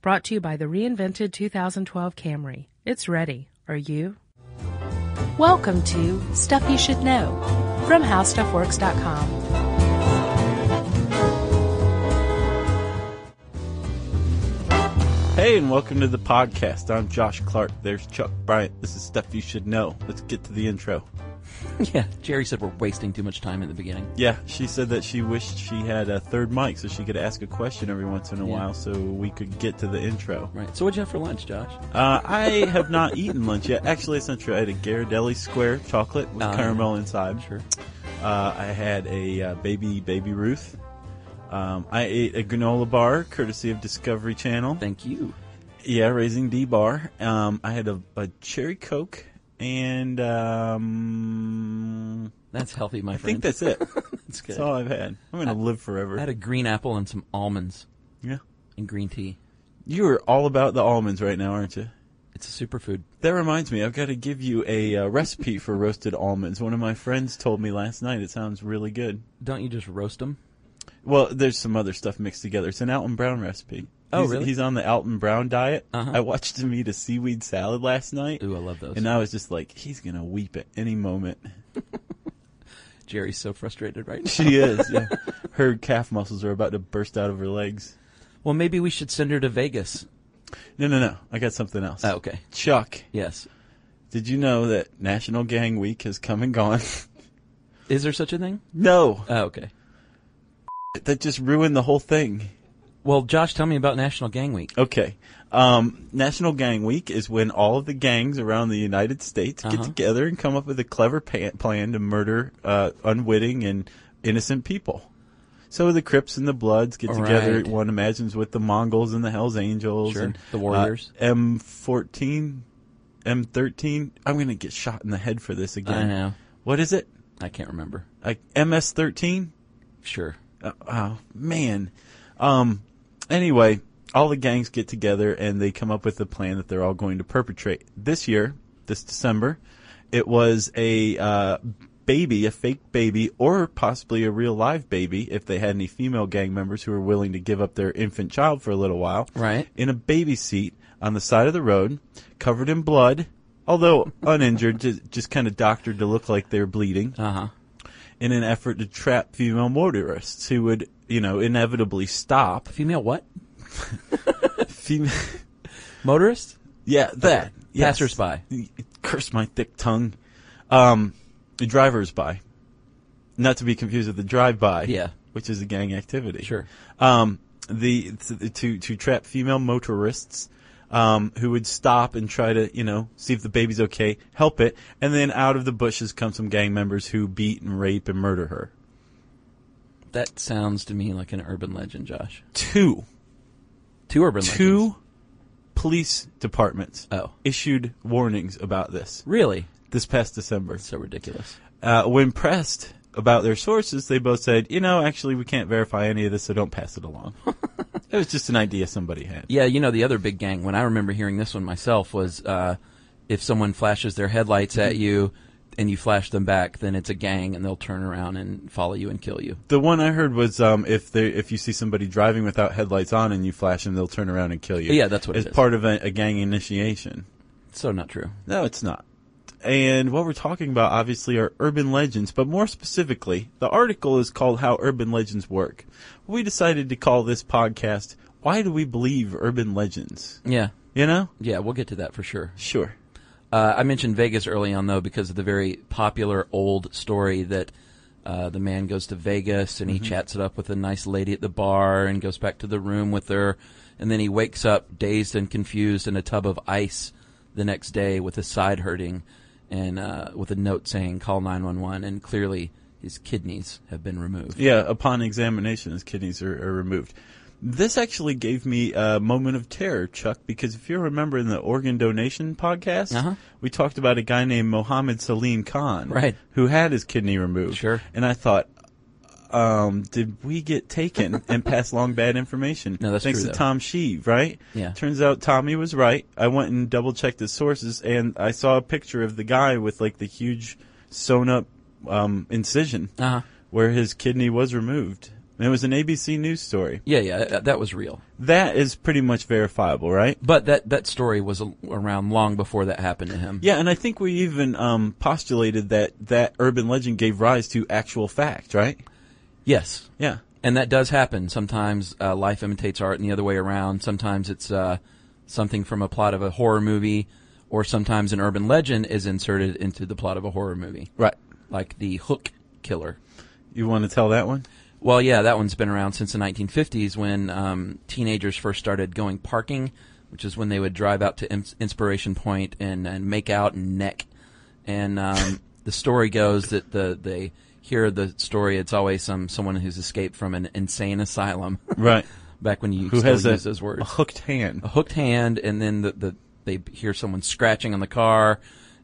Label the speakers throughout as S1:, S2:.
S1: Brought to you by the reinvented 2012 Camry. It's ready. Are you? Welcome to Stuff You Should Know from HowStuffWorks.com.
S2: Hey, and welcome to the podcast. I'm Josh Clark. There's Chuck Bryant. This is stuff you should know. Let's get to the intro.
S3: Yeah, Jerry said we're wasting too much time in the beginning.
S2: Yeah, she said that she wished she had a third mic so she could ask a question every once in a
S3: Yeah.
S2: while so we could get to the intro.
S3: Right. So what'd you have for lunch, Josh?
S2: Uh, I have not eaten lunch yet. Actually, it's not true. I had a Ghirardelli square chocolate with
S3: Uh,
S2: caramel inside.
S3: Sure.
S2: Uh, I had a uh, baby baby Ruth. Um, I ate a granola bar courtesy of Discovery Channel.
S3: Thank you.
S2: Yeah, raising D bar. Um, I had a, a cherry coke, and um,
S3: That's healthy, my
S2: I
S3: friend.
S2: think that's it.
S3: that's good.
S2: that's all I've had. I'm gonna live forever.
S3: I had a green apple and some almonds
S2: yeah,
S3: and green tea.
S2: you are all about the almonds right now, aren't you?
S3: It's a superfood.
S2: That reminds me, I've got to give you a uh, recipe for roasted almonds. One of my friends told me last night. It sounds really good.
S3: Don't you just roast them?
S2: Well, there's some other stuff mixed together. It's an Alton Brown recipe.
S3: Oh,
S2: he's,
S3: really?
S2: He's on the Alton Brown diet.
S3: Uh-huh.
S2: I watched him eat a seaweed salad last night,
S3: Ooh, I love those.
S2: and I was just like, he's gonna weep at any moment.
S3: Jerry's so frustrated right now.
S2: She is. Yeah. Her calf muscles are about to burst out of her legs.
S3: well, maybe we should send her to Vegas.
S2: No, no, no. I got something else.
S3: Oh, okay.
S2: Chuck,
S3: Yes.
S2: did you know that National Gang Week has come and gone?
S3: Is there such a thing?
S2: no.
S3: Oh, okay.
S2: That just ruined the whole thing.
S3: Well, Josh, tell me about National Gang Week.
S2: Okay. Um, National Gang Week is when all of the gangs around the United States get
S3: Uh-huh.
S2: together and come up with a clever pa- plan to murder uh, unwitting and innocent people. So the Crips and the Bloods get together.
S3: Right.
S2: One imagines with the Mongols and the Hell's Angels
S3: Sure.
S2: and uh,
S3: The Warriors.
S2: M fourteen, M thirteen. I'm gonna get shot in the head for this again.
S3: I know.
S2: What is it?
S3: I can't remember.
S2: Like MS thirteen?
S3: Sure.
S2: Uh, oh man. Um. Anyway, all the gangs get together and they come up with a plan that they're all going to perpetrate. This year, this December, it was a uh, baby, a fake baby, or possibly a real live baby, if they had any female gang members who were willing to give up their infant child for a little while.
S3: Right.
S2: In a baby seat on the side of the road, covered in blood, although uninjured, just, just kind of doctored to look like they're bleeding
S3: Uh huh.
S2: in an effort to trap female motorists who would, you know, inevitably stop.
S3: Female what?
S2: Fem-
S3: Motorist?
S2: yeah, that. Yes.
S3: Passersby.
S2: Curse my thick tongue. Um, the drivers by. Not to be confused with the drive-by.
S3: Yeah.
S2: Which is a gang activity.
S3: Sure.
S2: Um, the, to, to, to trap female motorists. Um, who would stop and try to, you know, see if the baby's okay, help it, and then out of the bushes come some gang members who beat and rape and murder her.
S3: That sounds to me like an urban legend, Josh.
S2: Two
S3: Two urban legends.
S2: two police departments
S3: Oh.
S2: issued warnings about this
S3: Really?
S2: this past December.
S3: So ridiculous.
S2: Uh, when pressed about their sources, they both said, "You know, actually, we can't verify any of this, so don't pass it along." it was just an idea somebody had.
S3: Yeah, you know the other big gang. When I remember hearing this one myself was uh, if someone flashes their headlights at you and you flash them back, then it's a gang and they'll turn around and follow you and kill you.
S2: The one I heard was um, if they if you see somebody driving without headlights on and you flash them, they'll turn around and kill you.
S3: Yeah, that's what it
S2: it's
S3: is.
S2: part of a, a gang initiation.
S3: So not true.
S2: No, it's not. And what we're talking about, obviously, are urban legends, but more specifically, the article is called How Urban Legends Work. We decided to call this podcast, Why Do We Believe Urban Legends?
S3: Yeah.
S2: You know?
S3: Yeah, we'll get to that for sure.
S2: Sure.
S3: Uh, I mentioned Vegas early on though because of the very popular old story that uh, the man goes to Vegas and he chats it up with a nice lady at the bar and goes back to the room with her, and then he wakes up dazed and confused in a tub of ice the next day with his side hurting and uh, with a note saying call nine one one and clearly his kidneys have been removed.
S2: Yeah, upon examination, his kidneys are, are removed. This actually gave me a moment of terror, Chuck, because if you remember in the organ donation podcast,
S3: Uh-huh.
S2: we talked about a guy named Mohammed Salim Khan,
S3: Right.
S2: who had his kidney removed.
S3: Sure.
S2: And I thought, um, did we get taken and pass along bad information?
S3: No, that's
S2: Thanks
S3: true,
S2: to
S3: though.
S2: Tom Sheave, right?
S3: Yeah.
S2: Turns out Tommy was right. I went and double checked his sources, and I saw a picture of the guy with like the huge sewn up um, incision
S3: Uh-huh.
S2: where his kidney was removed. And it was an ABC News story.
S3: Yeah, yeah, that, that was real.
S2: That is pretty much verifiable, right?
S3: But that that story was a- around long before that happened to him.
S2: Yeah, and I think we even um, postulated that that urban legend gave rise to actual fact, right?
S3: Yes,
S2: Yeah.
S3: and that does happen sometimes. Uh, life imitates art, and the other way around. Sometimes it's uh, something from a plot of a horror movie, or sometimes an urban legend is inserted into the plot of a horror movie,
S2: Right.
S3: like the Hook Killer.
S2: You want to tell that one?
S3: Well, yeah, that one's been around since the 1950s when um, teenagers first started going parking, which is when they would drive out to Ins- Inspiration Point and, and make out and neck. And um, the story goes that the they hear the story. It's always some someone who's escaped from an insane asylum.
S2: Right.
S3: Back when you
S2: Who
S3: still
S2: has a,
S3: use those words
S2: a hooked hand?
S3: a hooked hand, and then the, the they hear someone scratching on the car,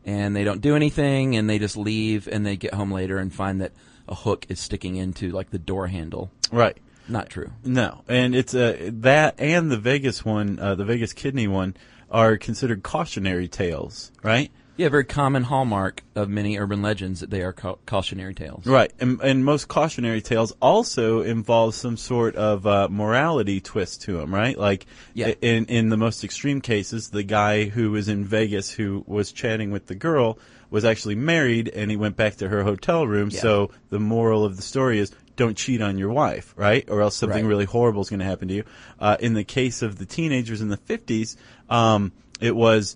S3: and they don't do anything, and they just leave, and they get home later and find that a hook is sticking into like the door handle.
S2: Right.
S3: Not true.
S2: No, and it's uh, that and the Vegas one, uh, the Vegas kidney one, are considered cautionary tales, right?
S3: Yeah, very common hallmark of many urban legends that they are cau- cautionary tales.
S2: Right, and, and most cautionary tales also involve some sort of uh, morality twist to them, right? Like
S3: Yeah.
S2: in in the most extreme cases, the guy who was in Vegas who was chatting with the girl was actually married, and he went back to her hotel room.
S3: Yeah.
S2: So the moral of the story is. Don't cheat on your wife, right? Or else something
S3: Right.
S2: really horrible is going to happen to you. Uh, in the case of the teenagers in the 50s, um, it was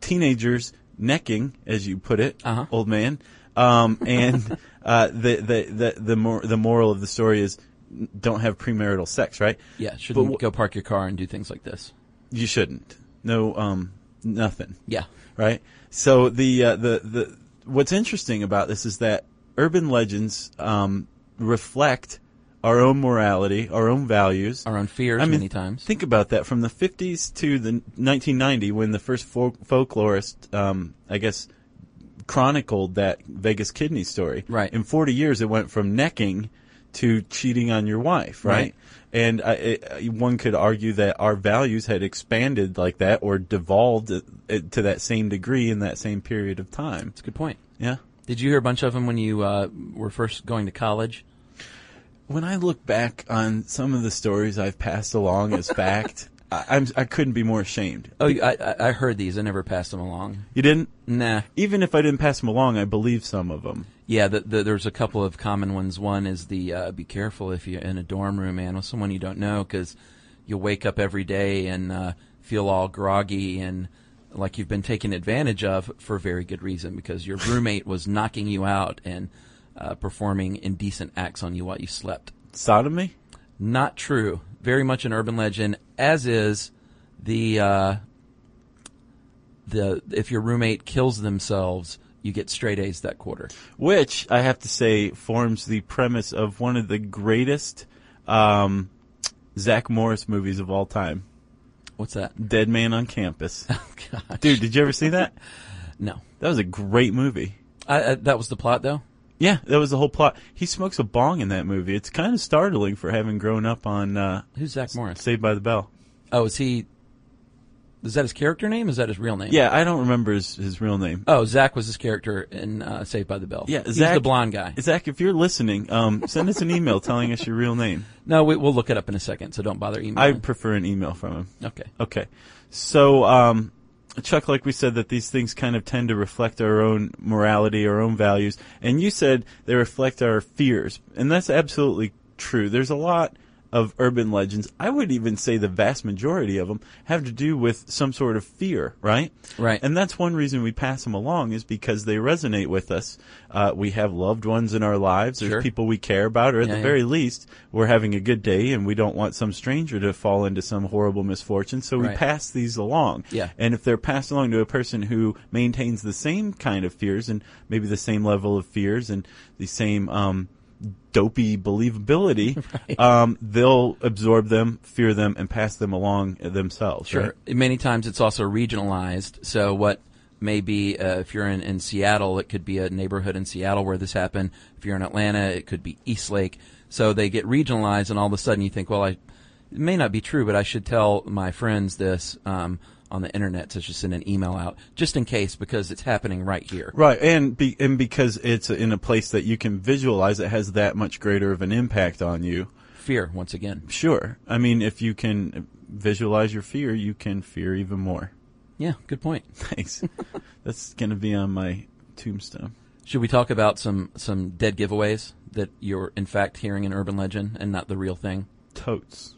S2: teenagers necking, as you put it,
S3: Uh-huh.
S2: old man. Um, and uh, the the the the, mor- the moral of the story is n- don't have premarital sex, right?
S3: Yeah, shouldn't
S2: But wh-
S3: go park your car and do things like this.
S2: You shouldn't. No, um, nothing,
S3: Yeah,
S2: right? So the uh, the the what's interesting about this is that urban legends um, reflect our own morality, our own values,
S3: our own fears
S2: I mean,
S3: many times.
S2: Think about that from the 50s to the 1990 when the first folk- folklorist, um, I guess, chronicled that Vegas kidney story.
S3: Right.
S2: In 40 years, it went from necking to cheating on your wife, right?
S3: Right.
S2: And I, it, I- one could argue that our values had expanded like that or devolved uh, to that same degree in that same period of time.
S3: That's a good point.
S2: Yeah.
S3: Did you hear a bunch of them when you uh, were first going to college?
S2: when I look back on some of the stories I've passed along as fact, I, I'm I couldn't be more ashamed.
S3: Oh, you- I, I- I heard these. I never passed them along.
S2: You didn't,
S3: Nah.
S2: even if I didn't pass them along, I believe some of them.
S3: Yeah, the, the, there's a couple of common ones. One is the uh, be careful if you're in a dorm room, man, with someone you don't know, because you'll wake up every day and uh, feel all groggy and like you've been taken advantage of for very good reason, because your roommate was knocking you out and uh, performing indecent acts on you while you slept.
S2: Sodomy?
S3: Not true. Very much an urban legend, as is the uh, the if your roommate kills themselves, you get straight A's that quarter.
S2: Which I have to say forms the premise of one of the greatest um, Zach Morris movies of all time,
S3: What's that?
S2: Dead Man on Campus.
S3: Oh, God.
S2: Dude, did you ever see that?
S3: No.
S2: That was a great movie.
S3: I, I, that was the plot, though?
S2: Yeah, that was the whole plot. He smokes a bong in that movie. It's kind of startling for having grown up on uh,
S3: Who's Zach Morris?
S2: Saved by the Bell.
S3: Oh, is he. Is that his character name? Is that his real name?
S2: Yeah, I don't remember his, his real name.
S3: Oh, Zach was his character in uh, Saved by the Bell.
S2: Yeah,
S3: He's
S2: Zach-
S3: the blonde guy.
S2: Zach, if you're listening, um, send us an email telling us your real name.
S3: No, we, we'll look it up in a second, so don't bother
S2: I
S3: emailing.
S2: prefer an email from him.
S3: okay.
S2: Okay. So, um, Chuck, like we said, that these things kind of tend to reflect our own morality, our own values, and you said they reflect our fears, and that's absolutely true. There's a lot of urban legends. I would even say the vast majority of them have to do with some sort of fear, right?
S3: Right.
S2: And that's one reason we pass them along is because they resonate with us. Uh, we have loved ones in our lives. There's
S3: Sure.
S2: people we care about, or at
S3: Yeah,
S2: the
S3: yeah.
S2: very least, we're having a good day and we don't want some stranger to fall into some horrible misfortune. So we
S3: Right.
S2: pass these along.
S3: Yeah.
S2: And if they're passed along to a person who maintains the same kind of fears and maybe the same level of fears and the same, um, dopey believability, um, they'll absorb them, fear them, and pass them along themselves.
S3: Sure.
S2: right?
S3: Many times it's also regionalized. So what may be, uh, if you're in, in Seattle, it could be a neighborhood in Seattle where this happened. If you're in Atlanta, it could be Eastlake. So they get regionalized and all of a sudden you think, well, I, it may not be true, but I should tell my friends this, um, on the internet, so just send an email out just in case because it's happening right here.
S2: Right, and be, and because it's in a place that you can visualize, it has that much greater of an impact on you.
S3: fear once again.
S2: Sure. I mean, if you can visualize your fear, you can fear even more.
S3: Yeah, good point.
S2: Thanks. That's going to be on my tombstone.
S3: Should we talk about some some dead giveaways that you're in fact hearing an urban legend and not the real thing?
S2: Totes.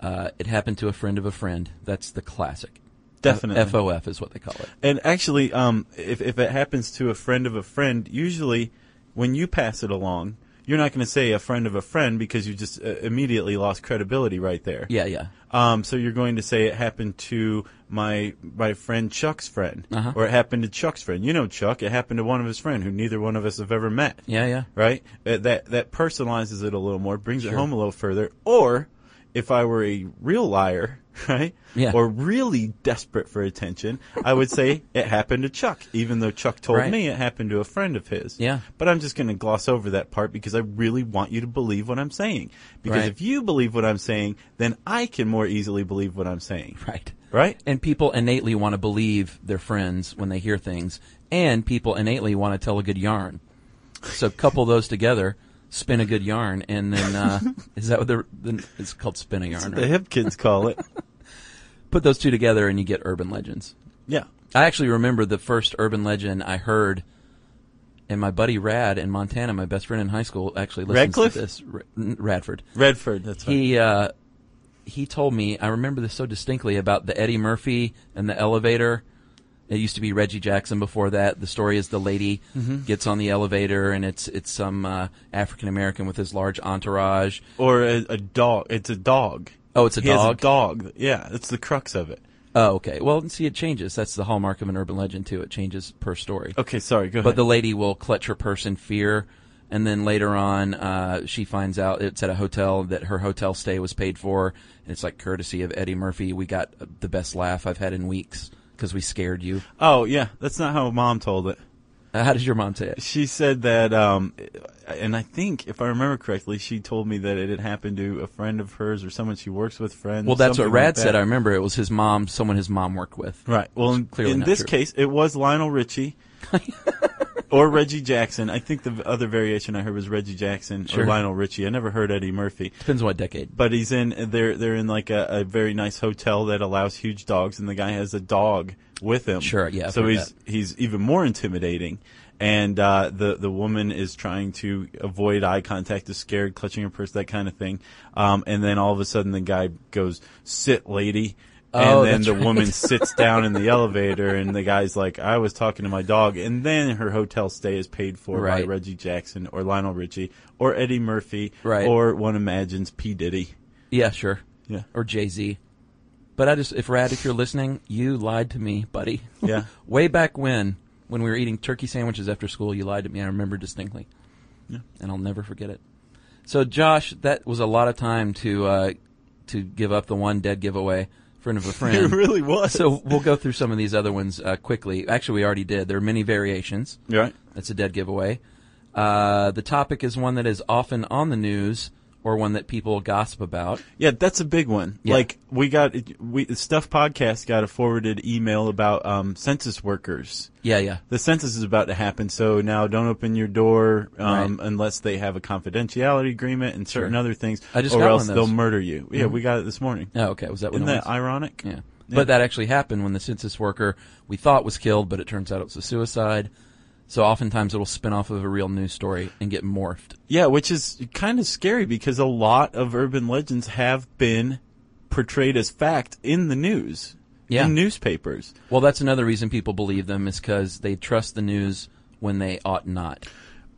S3: Uh, it happened to a friend of a friend. That's the classic.
S2: Definitely.
S3: FOF is what they call it.
S2: And actually, um, if, if it happens to a friend of a friend, usually when you pass it along, you're not going to say a friend of a friend because you just uh, immediately lost credibility right there.
S3: Yeah, yeah.
S2: Um, so you're going to say it happened to my my friend Chuck's friend,
S3: Uh-huh.
S2: or it happened to Chuck's friend. You know Chuck. It happened to one of his friend who neither one of us have ever met.
S3: Yeah, yeah.
S2: Right. That that, that personalizes it a little more, brings it home a little further. Or if I were a real liar, right?
S3: Yeah.
S2: Or really desperate for attention, I would say it happened to Chuck, even though Chuck told
S3: Right.
S2: me it happened to a friend of his.
S3: Yeah.
S2: But I'm just going to gloss over that part because I really want you to believe what I'm saying. Because
S3: Right.
S2: if you believe what I'm saying, then I can more easily believe what I'm saying.
S3: Right.
S2: Right?
S3: And people innately want to believe their friends when they hear things, and people innately want to tell a good yarn. So couple those together, spin a good yarn, and then uh, is that what the, the it's called spin a yarn?
S2: The
S3: Right?
S2: hip kids call it.
S3: Put those two together, and you get urban legends.
S2: Yeah.
S3: I actually remember the first urban legend I heard, and my buddy Rad in Montana, my best friend in high school, actually listens
S2: Radcliffe?
S3: to this. R- n- Radford.
S2: Redford, that's right.
S3: He uh, he told me I remember this so distinctly about the Eddie Murphy and the elevator. It used to be Reggie Jackson before that. The story is the lady
S2: Mm-hmm.
S3: gets on the elevator and it's it's some uh, African American with his large entourage.
S2: or a, a dog. It's a dog.
S3: Oh, it's a
S2: he has a
S3: dog.
S2: dog. Yeah, that's the crux of it.
S3: oh, okay. Well, see, it changes. That's the hallmark of an urban legend too. It changes per story.
S2: Okay, sorry, go
S3: But
S2: ahead.
S3: the lady will clutch her purse in fear, and then later on, uh, she finds out it's at a hotel that her hotel stay was paid for, and it's like courtesy of Eddie Murphy. We got uh, the best laugh I've had in weeks because we scared you.
S2: oh, yeah, that's not how mom told it.
S3: Uh, how does your mom say it?
S2: She said that, um, and I think if I remember correctly, she told me that it had happened to a friend of hers or someone she works with. Friends.
S3: Well, that's what
S2: something
S3: Rad
S2: like
S3: said.
S2: that.
S3: I remember it was his mom, someone his mom worked with.
S2: right. Well, in,
S3: clearly
S2: in
S3: not
S2: this
S3: true.
S2: case, it was Lionel Richie or Reggie Jackson. I think the other variation I heard was Reggie Jackson
S3: Sure.
S2: or Lionel Richie. I never heard Eddie Murphy.
S3: Depends on what decade.
S2: But he's in. They're they're in like a, a very nice hotel that allows huge dogs, and the guy has a dog with him.
S3: Sure, yeah, I've
S2: So
S3: heard
S2: he's he's even more intimidating, and uh, the the woman is trying to avoid eye contact, is scared, clutching her purse, that kind of thing. Um, and then all of a sudden, the guy goes, "Sit, lady." And
S3: Oh,
S2: then
S3: that's
S2: the
S3: right.
S2: woman sits down in the elevator, and the guy's like, "I was talking to my dog." And then her hotel stay is paid for
S3: Right.
S2: by Reggie Jackson or Lionel Richie or Eddie Murphy
S3: Right.
S2: or one imagines P Diddy.
S3: Yeah, sure.
S2: Yeah.
S3: Or Jay Z. But I just, if Rad, if you're listening, you lied to me, buddy.
S2: Yeah.
S3: Way back when, when we were eating turkey sandwiches after school, you lied to me. I remember distinctly.
S2: Yeah.
S3: And I'll never forget it. So, Josh, that was a lot of time to uh, to give up the one dead giveaway, friend of a
S2: It
S3: friend.
S2: really was.
S3: so we'll go through some of these other ones uh, quickly. Actually, we already did. There are many variations.
S2: You're right.
S3: That's a dead giveaway. Uh, the topic is one that is often on the news or one that people gossip about.
S2: Yeah, that's a big one.
S3: Yeah.
S2: Like we got we the stuff podcast got a forwarded email about um, census workers.
S3: Yeah, yeah.
S2: The census is about to happen, so now don't open your door um, unless they have a confidentiality agreement and certain
S3: Sure.
S2: other things,
S3: I just
S2: or
S3: got
S2: else
S3: one of
S2: they'll
S3: those. Mm-hmm.
S2: murder you. Yeah, we got it this morning.
S3: Oh, okay. Was that what
S2: Isn't
S3: it
S2: that
S3: was?
S2: ironic?
S3: Yeah.
S2: Yeah.
S3: But that actually happened when the census worker we thought was killed, but it turns out it was a suicide. So oftentimes it'll spin off of a real news story and get morphed.
S2: Yeah, which is kind of scary because a lot of urban legends have been portrayed as fact in the news,
S3: Yeah.
S2: in newspapers.
S3: Well, that's another reason people believe them is because they trust the news when they ought not.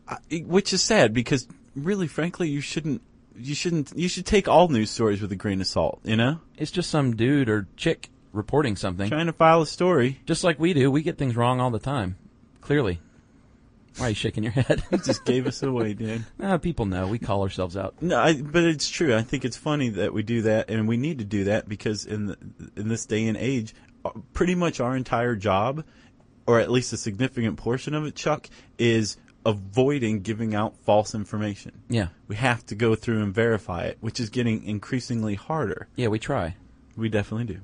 S2: I- which is sad because really frankly you shouldn't you shouldn't you should take all news stories with a grain of salt you know
S3: It's just some dude or chick reporting something.
S2: trying to file a story
S3: Just like we do, we get things wrong all the time. Clearly. Why are you shaking your head?
S2: just gave us away dude
S3: Ah, people know. We call ourselves out.
S2: no I, but it's true i think it's funny that we do that and we need to do that because in the, in this day and age uh, pretty much our entire job or at least a significant portion of it chuck is avoiding giving out false information
S3: Yeah.
S2: we have to go through and verify it which is getting increasingly harder
S3: Yeah, we try.
S2: we definitely do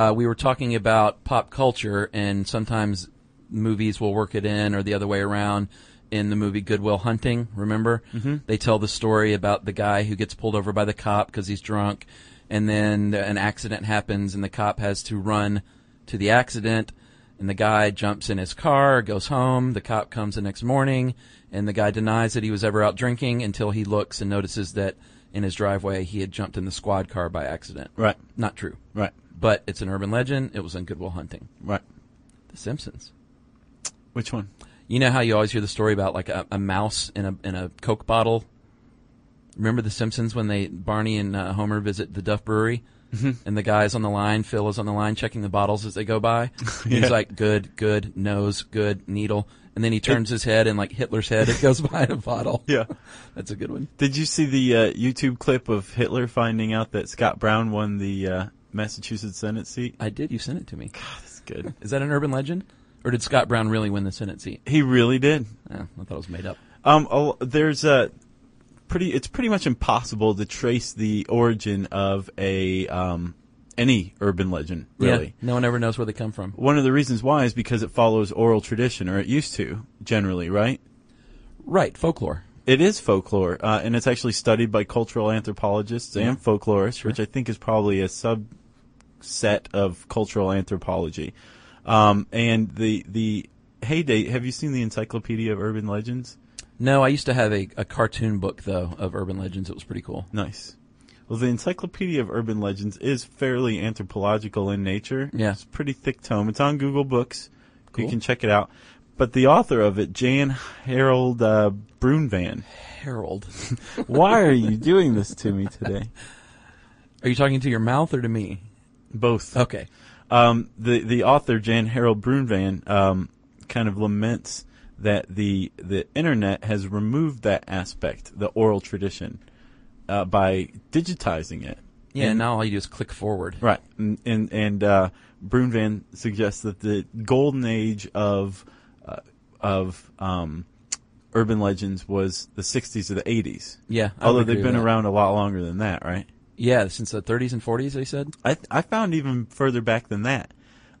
S3: uh, we were talking about pop culture, and sometimes movies will work it in, or the other way around. in the movie Goodwill Hunting. Remember, mm-hmm. they tell the story about the guy who gets pulled over by the cop because he's drunk, and then an accident happens, and the cop has to run to the accident. And the guy jumps in his car, goes home. The cop comes the next morning, and the guy denies that he was ever out drinking until he looks and notices that in his driveway he had jumped in the squad car by accident.
S2: Right.
S3: Not true.
S2: Right.
S3: But it's an urban legend. It was on Goodwill Hunting.
S2: Right.
S3: The Simpsons.
S2: Which one?
S3: You know how you always hear the story about like a, a mouse in a in a Coke bottle. Remember the Simpsons when they Barney and uh, Homer visit the Duff Brewery, mm-hmm. and the guys on the line, Phil is on the line checking the bottles as they go by.
S2: Yeah.
S3: He's like, "Good, good, nose, good, needle," and then he turns his head and like Hitler's head, it goes by in a bottle.
S2: Yeah.
S3: That's a good one.
S2: Did you see the uh, YouTube clip of Hitler finding out that Scott Brown won the uh, Massachusetts Senate seat?
S3: I did. You sent it to me.
S2: God, that's good.
S3: Is that an urban legend, or did Scott Brown really win the Senate seat?
S2: He really did.
S3: Oh, I thought it was made up.
S2: Um, oh, there's a pretty. It's pretty much impossible to trace the origin of a um, any urban legend, really.
S3: Yeah, no one ever knows where they come from.
S2: One of the reasons why is because it follows oral tradition, or it used to, generally, right?
S3: Right, folklore.
S2: It is folklore, uh, and it's actually studied by cultural anthropologists and folklorists, which I think is probably a subset of cultural anthropology. Um, and the the heyday. Have you seen the Encyclopedia of Urban Legends?
S3: No, I used to have a, a cartoon book though of urban legends. It was pretty cool.
S2: Nice. Well, the Encyclopedia of Urban Legends is fairly anthropological in nature.
S3: Yeah.
S2: It's a pretty thick tome. It's on Google Books.
S3: Cool.
S2: You can check it out. But the author of it, Jan Harold uh, Brunvan.
S3: Harold,
S2: Why are you doing this to me today?
S3: are you talking to your mouth or to me?
S2: Both.
S3: Okay.
S2: Um, the the author Jan Harold Brunvan um, kind of laments that the the internet has removed that aspect, the oral tradition, uh, by digitizing it.
S3: Yeah. now all you do is click forward.
S2: Right. And and, and uh, Brunvan suggests that the golden age of uh, of um, urban legends was the 60s or the 80s.
S3: Yeah. I would
S2: Although
S3: agree
S2: they've been
S3: with that.
S2: around a lot longer than that, right?
S3: Yeah, since the 30s and 40s, they said.
S2: I th- I found even further back than that.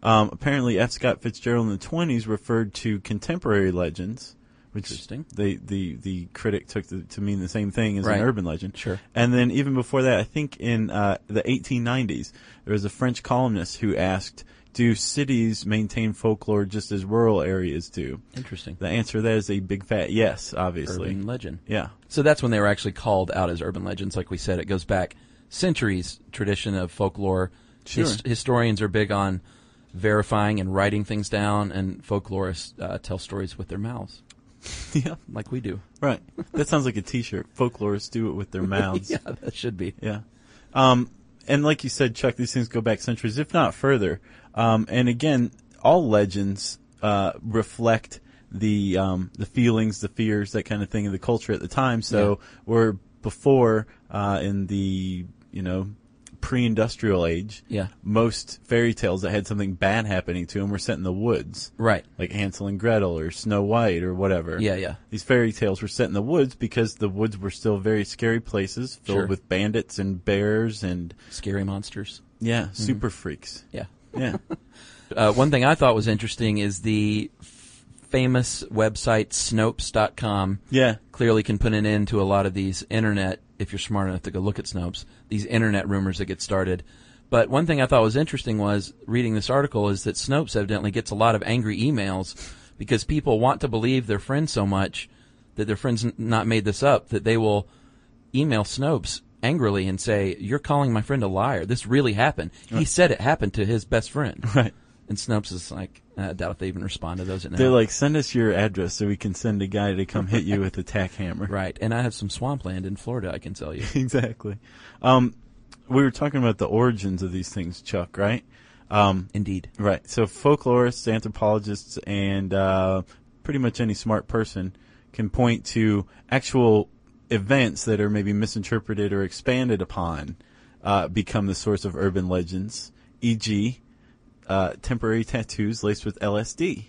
S2: Um, apparently, F. Scott Fitzgerald in the 20s referred to contemporary legends, which
S3: Interesting.
S2: They, the the critic took to, to mean the same thing as
S3: Right.
S2: an urban legend.
S3: Sure.
S2: And then even before that, I think in uh, the 1890s, there was a French columnist who asked, "Do cities maintain folklore just as rural areas do?"
S3: Interesting.
S2: The answer to that is a big fat yes, obviously.
S3: Urban legend.
S2: Yeah.
S3: So that's when they were actually called out as urban legends. Like we said, it goes back centuries tradition of folklore.
S2: Sure.
S3: historians are big on verifying and writing things down, and folklorists uh, tell stories with their mouths,
S2: yeah.
S3: like we do.
S2: Right. that sounds like a T-shirt. Folklorists do it with their mouths.
S3: yeah, that should be.
S2: Yeah. Um, and like you said, Chuck, these things go back centuries, if not further. Um, and again, all legends uh, reflect the um, the feelings, the fears, that kind of thing of the culture at the time. So we're before uh, in the you know pre-industrial age.
S3: Yeah.
S2: Most fairy tales that had something bad happening to them were set in the woods
S3: Right.
S2: like Hansel and Gretel or Snow White or whatever.
S3: Yeah, yeah.
S2: These fairy tales were set in the woods because the woods were still very scary places filled
S3: Sure.
S2: with bandits and bears and
S3: Scary monsters.
S2: yeah, super freaks.
S3: Yeah.
S2: Yeah.
S3: Uh, one thing I thought was interesting is the f- famous website Snopes.com.
S2: yeah.
S3: clearly can put an end to a lot of these internet, if you're smart enough to go look at Snopes, these internet rumors that get started. But one thing I thought was interesting was reading this article is that Snopes evidently gets a lot of angry emails because people want to believe their friends so much that their friends n- not made this up that they will email Snopes angrily and say, "You're calling my friend a liar. This really happened. He said it happened to his best friend."
S2: Right.
S3: And Snopes is like, I doubt if they even respond to those. now."
S2: They're like, send us your address so we can send a guy to come hit you with a tack hammer.
S3: right. And I have some swampland in Florida. I can tell you.
S2: exactly. Um, we were talking about the origins of these things, Chuck, right? Um,
S3: Indeed.
S2: Right. So folklorists, anthropologists, and uh, pretty much any smart person can point to actual events that are maybe misinterpreted or expanded upon, uh, become the source of urban legends, e.g., uh, temporary tattoos laced with LSD.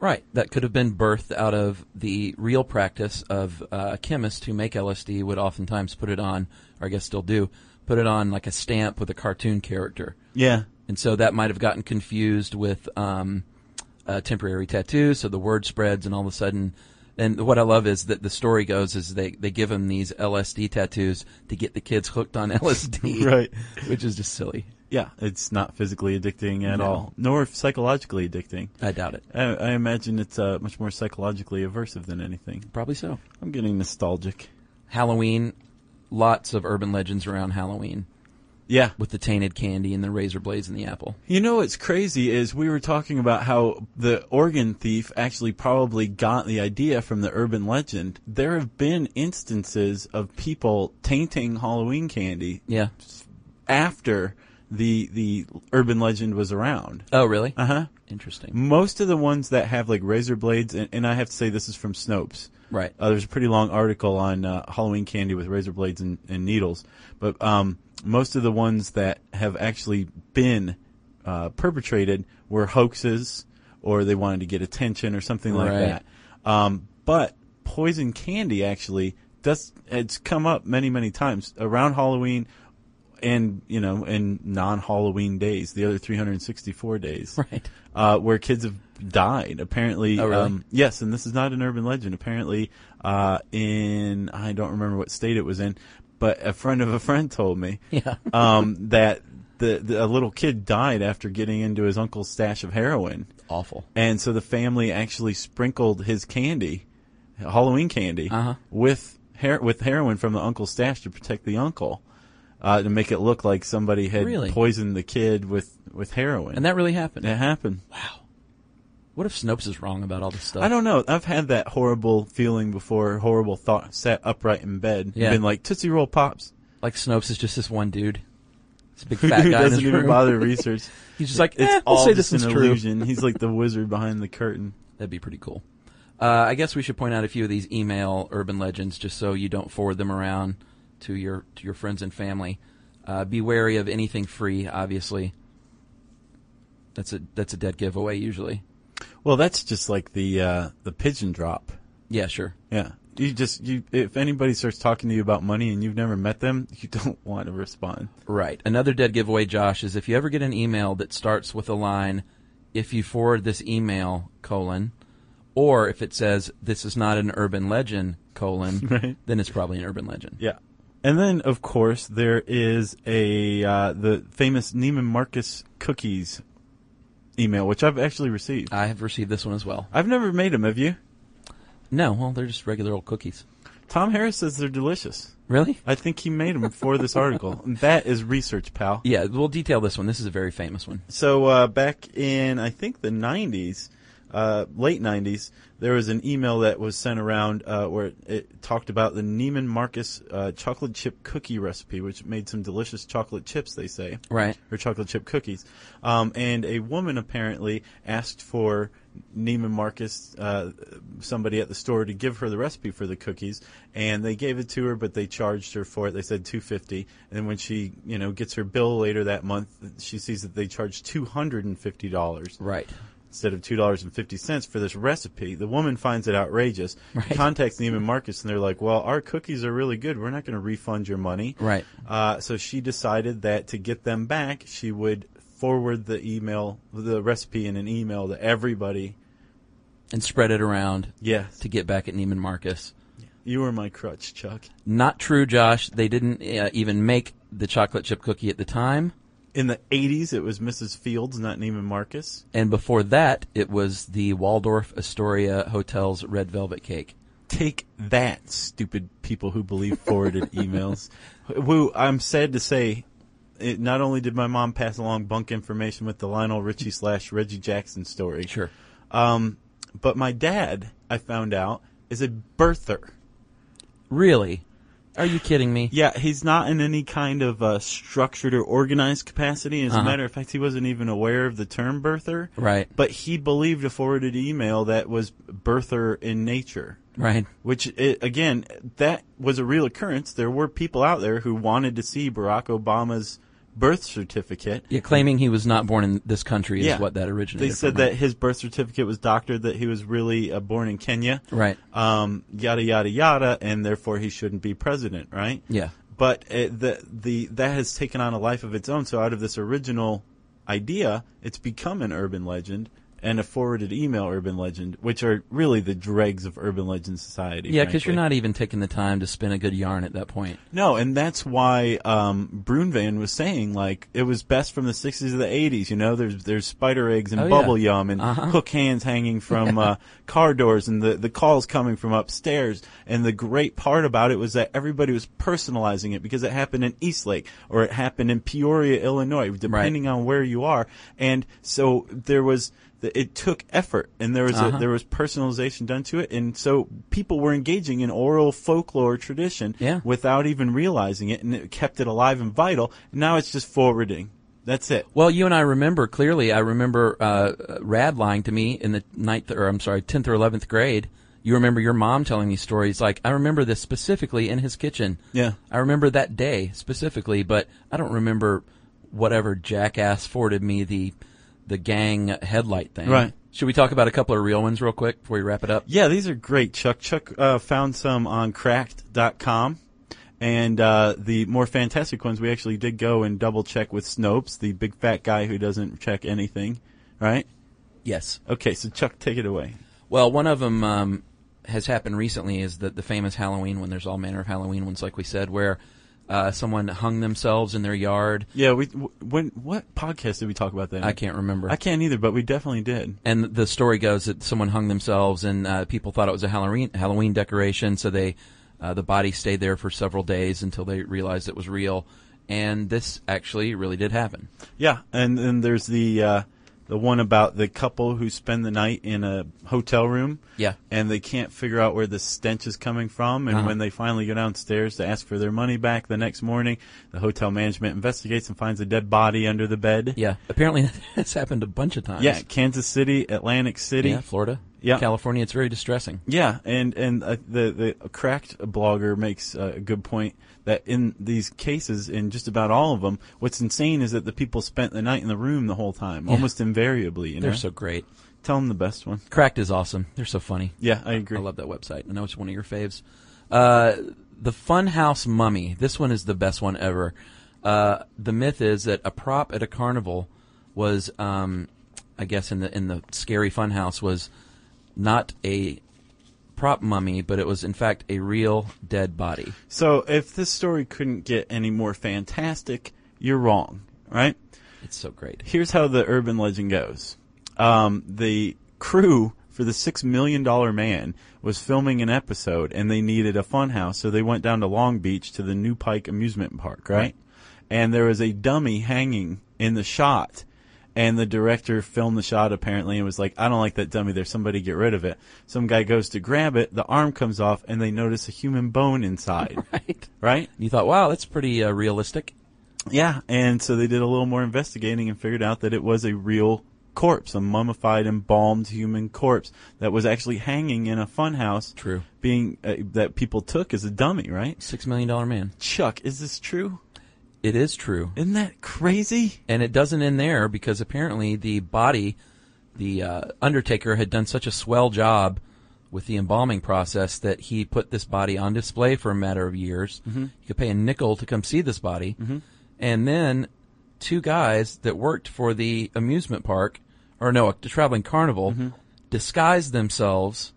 S3: Right. That could have been birthed out of the real practice of uh, chemists who make LSD would oftentimes put it on, or I guess still do, put it on like a stamp with a cartoon character.
S2: Yeah.
S3: And so that might have gotten uh, confused with um, a temporary tattoo, so the word spreads, and all of a sudden And what I love is that the story goes is they, they give him these LSD tattoos to get the kids hooked on LSD,
S2: Right.
S3: Which is just silly.
S2: Yeah, it's not physically addicting at
S3: No.
S2: all, nor psychologically addicting.
S3: I doubt it.
S2: I, I imagine it's uh, much more psychologically aversive than anything.
S3: Probably so.
S2: I'm getting nostalgic.
S3: Halloween, lots of urban legends around Halloween
S2: Yeah.
S3: with the tainted candy and the razor blades and the apple.
S2: You know what's crazy is we were talking about how the organ thief actually probably got the idea from the urban legend. There have been instances of people tainting Halloween candy
S3: Yeah.
S2: after the the urban legend was around.
S3: Oh, really?
S2: Uh huh.
S3: Interesting.
S2: Most of the ones that have like razor blades, and, and I have to say this is from Snopes.
S3: Right.
S2: Uh, there's a pretty long article on uh, Halloween candy with razor blades and, and needles, but um, most of the ones that have actually been uh, perpetrated were hoaxes, or they wanted to get attention or something like
S3: Right.
S2: that. Um, but poison candy actually does it's come up many many times around Halloween, and you know, and non-Halloween days, the other 364 days
S3: Right.
S2: uh, where kids have died. Apparently,
S3: Oh, really?
S2: um, yes, and this is not an urban legend. Apparently, uh, in I don't remember what state it was in, but a friend of a friend told me
S3: Yeah.
S2: um, that the, the a little kid died after getting into his uncle's stash of heroin,
S3: Awful.
S2: and so the family actually sprinkled his candy, Halloween candy,
S3: Uh-huh.
S2: with her- with heroin from the uncle's stash to protect the uncle. Uh, to make it look like somebody had
S3: Really?
S2: poisoned the kid with, with heroin.
S3: And that really happened.
S2: it happened.
S3: What if Snopes is wrong about all this stuff?
S2: I don't know. I've had that horrible feeling before, horrible thought, sat upright in bed,
S3: Yeah.
S2: been like Tootsie Roll Pops,
S3: Like Snopes is just this one dude. It's a big
S2: who
S3: fat guy. in
S2: doesn't
S3: his
S2: even
S3: room.
S2: bother research.
S3: He's just like,
S2: It's
S3: eh,
S2: all
S3: I'll say
S2: just
S3: this is
S2: an
S3: true.
S2: illusion. He's like the wizard behind the curtain.
S3: That'd be pretty cool. Uh, I guess we should point out a few of these email urban legends just so you don't forward them around to your to your friends and family. Uh, be wary of anything free, obviously. That's a that's a dead giveaway usually.
S2: Well, that's just like the uh, the pigeon drop.
S3: Yeah, sure.
S2: Yeah, you just you. If anybody starts talking to you about money and you've never met them, you don't want to respond.
S3: Right. Another dead giveaway, Josh, is if you ever get an email that starts with a line, if you forward this email, colon, or if it says, this is not an urban legend, colon,
S2: Right.
S3: then it's probably an urban legend.
S2: Yeah. And then, of course, there is a uh, the famous Neiman Marcus cookies email, which I've actually received.
S3: I have received this one as well.
S2: I've never made them. Have you?
S3: No, well, they're just regular old cookies.
S2: Tom Harris says they're delicious.
S3: Really?
S2: I think he made them for this article. that is research, pal.
S3: Yeah, we'll detail this one. This is a very famous one.
S2: So uh, back in I think the '90s, uh, late '90s, there was an email that was sent around uh, where it talked about the Neiman Marcus uh, chocolate chip cookie recipe, which made some delicious chocolate chips. They say
S3: Right.
S2: or chocolate chip cookies. Um, and a woman apparently asked for Neiman Marcus, uh, somebody at the store, to give her the recipe for the cookies, and they gave it to her, but they charged her for it. They said two fifty, and then when she, you know, gets her bill later that month, she sees that they charged two hundred and fifty dollars
S3: Right.
S2: instead of two dollars and fifty cents for this recipe. The woman finds it outrageous,
S3: Right.
S2: contacts Neiman Marcus, and they're like, "Well, our cookies are really good. We're not going to refund your money."
S3: Right.
S2: Uh, so she decided that to get them back, she would forward the email, the recipe in an email to everybody.
S3: And spread it around
S2: Yes,
S3: to get back at Neiman Marcus.
S2: you were my crutch, Chuck.
S3: Not true, Josh. They didn't uh, even make the chocolate chip cookie at the time.
S2: In the '80s, it was Mrs. Fields, not Neiman Marcus.
S3: And before that, it was the Waldorf Astoria Hotel's Red Velvet Cake.
S2: Take that, stupid people who believe forwarded emails. Who I'm sad to say, it, not only did my mom pass along bunk information with the Lionel Richie slash Reggie Jackson story,
S3: Sure.
S2: um, but my dad, I found out, is a birther.
S3: Really? Are you kidding me?
S2: Yeah, he's not in any kind of uh, structured or organized capacity. As a
S3: Uh-huh.
S2: matter of fact, he wasn't even aware of the term birther.
S3: Right.
S2: But he believed a forwarded email that was birther in nature.
S3: Right.
S2: Which, i again, that was a real occurrence. There were people out there who wanted to see Barack Obama's birth certificate.
S3: Yeah, claiming he was not born in this country is
S2: Yeah.
S3: what that originated
S2: They said
S3: from,
S2: that
S3: right?
S2: his birth certificate was doctored, that he was really uh, born in Kenya.
S3: Right.
S2: Um, yada, yada, yada, and therefore he shouldn't be president, right?
S3: Yeah.
S2: but it, the the that has taken on a life of its own. So out of this original idea, it's become an urban legend, and a forwarded email urban legend, which are really the dregs of urban legend society.
S3: Yeah, because
S2: frankly.
S3: you're not even taking the time to spin a good yarn at that point.
S2: No, and that's why um, Brunvan was saying like it was best from the '60s to the '80s. You know, there's there's spider eggs and
S3: Oh, yeah.
S2: bubble yum and hook hands hanging from uh, car doors and the the calls coming from upstairs. And the great part about it was that everybody was personalizing it because it happened in Eastlake or it happened in Peoria, Illinois, depending on where you are. And so there was. the- It took effort, and there was a, there was personalization done to it, and so people were engaging in oral folklore tradition
S3: Yeah.
S2: without even realizing it, and it kept it alive and vital. Now it's just forwarding. That's it.
S3: Well, you and I remember clearly. I remember uh, Rad lying to me in the ninth, or I'm sorry, tenth or eleventh grade. You remember your mom telling me stories like I remember this specifically in his kitchen.
S2: Yeah.
S3: I remember that day specifically, but I don't remember whatever jackass forwarded me the the gang headlight thing.
S2: Right.
S3: Should we talk about a couple of real ones real quick before we wrap it up?
S2: Yeah, these are great, Chuck. Chuck uh, found some on cracked.com. And uh, the more fantastic ones, we actually did go and double check with Snopes, the big fat guy who doesn't check anything, right?
S3: Yes.
S2: Okay, so Chuck, take it away.
S3: Well, one of them um, has happened recently is that the famous Halloween when there's all manner of Halloween ones, like we said, where uh, someone hung themselves in their yard.
S2: Yeah, we w- when what podcast did we talk about that?
S3: I can't remember.
S2: I can't either, but we definitely did.
S3: and the story goes that someone hung themselves, and uh, people thought it was a Halloween Halloween decoration, so they uh, the body stayed there for several days until they realized it was real. And this actually really did happen.
S2: Yeah, and then there's the uh, the one about the couple who spend the night in a hotel room.
S3: Yeah.
S2: and they can't figure out where the stench is coming from, and
S3: Uh-huh.
S2: when they finally go downstairs to ask for their money back the next morning, the hotel management investigates and finds a dead body under the bed.
S3: Yeah, apparently that's happened a bunch of times.
S2: Yeah, Kansas City, Atlantic City.
S3: yeah, Florida,
S2: Yeah.
S3: California. It's very distressing.
S2: Yeah, and and uh, the the cracked blogger makes uh, a good point that in these cases, in just about all of them, what's insane is that the people spent the night in the room the whole time, almost invariably. You know,
S3: They're so great.
S2: tell them the best one.
S3: Cracked is awesome. They're so funny.
S2: Yeah, I agree.
S3: I love that website. I know it's one of your faves. Uh, the Funhouse Mummy. This one is the best one ever. Uh, the myth is that a prop at a carnival was, um, I guess, in the in the scary funhouse was not a prop mummy, but it was in fact a real dead body.
S2: So if this story couldn't get any more fantastic, you're wrong, right?
S3: It's so great.
S2: Here's how the urban legend goes. Um, the crew for the six million dollar man was filming an episode and they needed a fun house, so they went down to Long Beach to the New Pike amusement park, right?
S3: Right.
S2: And there was a dummy hanging in the shot. And the director filmed the shot apparently and was like, I don't like that dummy there. Somebody get rid of it. Some guy goes to grab it. The arm comes off and they notice a human bone inside.
S3: Right.
S2: right?
S3: You thought, wow, that's pretty uh, realistic.
S2: Yeah, and so they did a little more investigating and figured out that it was a real corpse, a mummified, embalmed human corpse that was actually hanging in a funhouse.
S3: True.
S2: Being uh, that people took as a dummy, right?
S3: Six million dollar man.
S2: Chuck, is this true?
S3: It is true.
S2: Isn't that crazy?
S3: and it doesn't end there because apparently the body, the uh, Undertaker had done such a swell job with the embalming process that he put this body on display for a matter of years. You could pay a nickel to come see this body, and then two guys that worked for the amusement park, or no, a traveling carnival, disguised themselves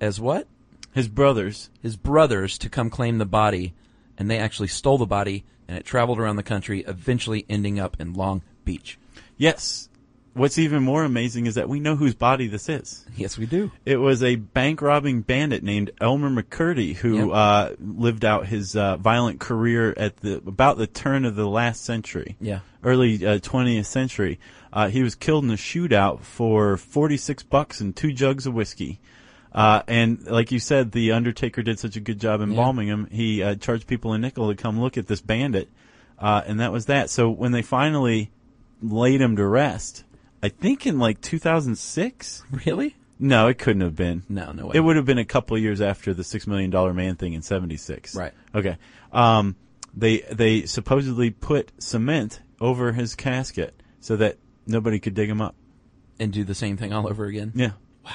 S3: as what?
S2: His brothers.
S3: his brothers to come claim the body, and they actually stole the body, and it traveled around the country, eventually ending up in Long Beach.
S2: Yes. What's even more amazing is that we know whose body this is.
S3: Yes, we do.
S2: It was a bank robbing bandit named Elmer McCurdy who
S3: Yep.
S2: uh, lived out his uh, violent career at the about the turn of the last century.
S3: Yeah.
S2: early uh, 20th century. Uh, he was killed in a shootout for 46 bucks and two jugs of whiskey. Uh, and like you said, the Undertaker did such a good job embalming him. He uh, charged people a nickel to come look at this bandit, uh, and that was that. So when they finally laid him to rest, I think in like 2006.
S3: Really?
S2: No, it couldn't have been.
S3: No, no way.
S2: It would have been a couple of years after the six million dollar man thing in '76.
S3: Right.
S2: Okay. Um, they they supposedly put cement over his casket so that nobody could dig him up.
S3: and do the same thing all over again.
S2: Yeah. Wow.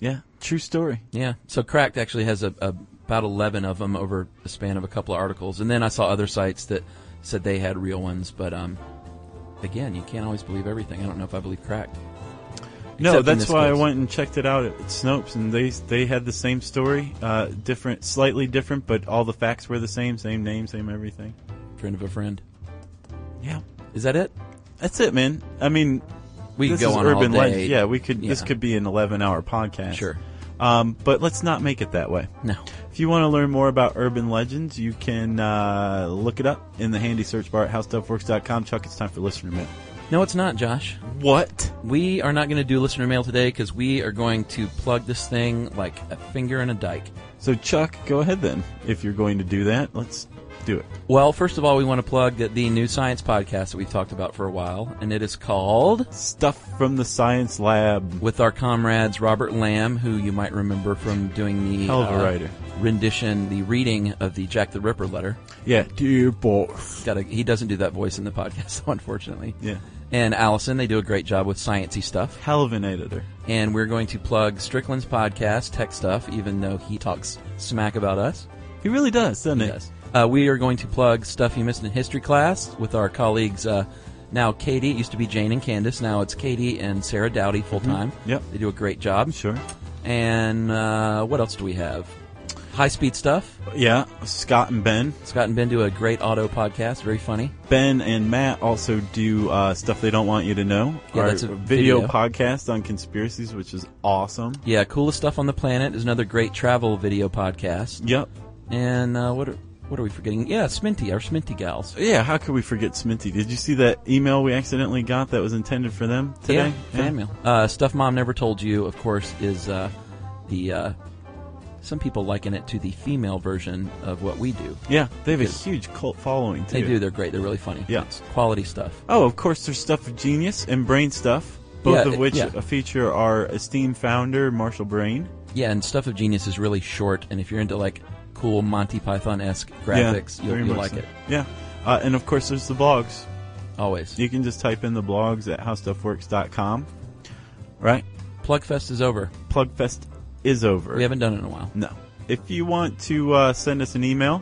S2: Yeah. True story.
S3: Yeah. So Cracked actually has a, a, about 11 of them over the span of a couple of articles. And then I saw other sites that said they had real ones, but um, again, you can't always believe everything. I don't know if I believe Cracked.
S2: No,
S3: Except in
S2: that's
S3: this
S2: why I
S3: case.
S2: went and checked it out at Snopes, and they they had the same story, uh, different, slightly different, but all the facts were the same, same name, same everything.
S3: Friend of a friend.
S2: Yeah,
S3: Is that it?
S2: that's it, man. I mean,
S3: We
S2: this
S3: could go
S2: is
S3: on
S2: urban
S3: all day.
S2: life. Yeah, we could. This
S3: Yeah.
S2: could be an eleven-hour podcast.
S3: Sure.
S2: um, but let's not make it that way.
S3: No.
S2: If you want to learn more about urban legends, you can uh, look it up in the handy search bar at howstuffworks.com. Chuck, it's time for listener mail.
S3: No, it's not, Josh.
S2: What?
S3: We are not going to do listener mail today because we are going to plug this thing like a finger in a dike.
S2: So, Chuck, go ahead then. If you're going to do that, let's do it.
S3: Well, first of all, we want to plug that the new science podcast that we've talked about for a while, and it is called
S2: Stuff from the science lab.
S3: with our comrades Robert Lamb, who you might remember from doing the uh,
S2: Hell of a writer.
S3: rendition, the reading of the Jack the Ripper letter.
S2: Yeah, dear boss.
S3: Got he doesn't do that voice in the podcast, though, unfortunately.
S2: Yeah.
S3: And Allison, they do a great job with sciency stuff.
S2: Hell of an editor.
S3: And we're going to plug Strickland's podcast, Tech Stuff, even though he talks smack about us.
S2: He really does, doesn't he?
S3: Yes. Uh, we are going to plug stuff you missed in history class with our colleagues. Uh, now, Katie, it used to be Jane and Candace. Now it's Katie and Sarah Dowdy full time.
S2: Yep.
S3: They do a great job.
S2: Sure.
S3: And uh, what else do we have? High speed stuff.
S2: Yeah, Scott and Ben.
S3: Scott and Ben do a great auto podcast. Very funny.
S2: Ben and Matt also do uh, stuff they don't want you to know.
S3: Yeah,
S2: Our
S3: that's a
S2: video,
S3: video.
S2: podcast on conspiracies, which is awesome.
S3: Yeah, coolest stuff on the planet is another great travel video podcast.
S2: Yep.
S3: And uh, what are what are we forgetting? Yeah, Sminty, our Sminty gals.
S2: Yeah, how could we forget Sminty? Did you see that email we accidentally got that was intended for them today?
S3: Yeah, fan mail. Uh, Stuff Mom Never Told You, of course, is uh, the. Uh, some people liken it to the female version of what we do.
S2: Yeah, they have a
S3: Because-
S2: huge cult following too.
S3: They do. They're great. They're really funny.
S2: Yeah.
S3: It's quality stuff.
S2: Oh, of course, there's stuff of genius and brain stuff, both
S3: Yeah,
S2: of which uh,
S3: yeah.
S2: feature our esteemed founder Marshall Brain.
S3: Yeah, and Stuff of Genius is really short, and if you're into like cool Monty Python esque graphics,
S2: very
S3: you'll, you'll
S2: much
S3: like
S2: so.
S3: it.
S2: Yeah, uh, and of course, there's the blogs.
S3: Always.
S2: You can just type in the blogs at howstuffworks.com. Right,
S3: Plugfest is over.
S2: Plugfest is over.
S3: We haven't done it in a while.
S2: no, if you want to uh, send us an email,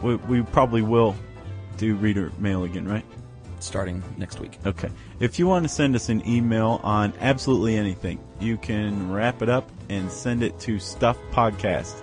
S2: we, we probably will do reader mail again, right?
S3: Starting next week.
S2: Okay. If you want to send us an email on absolutely anything, you can wrap it up and send it to stuffpodcast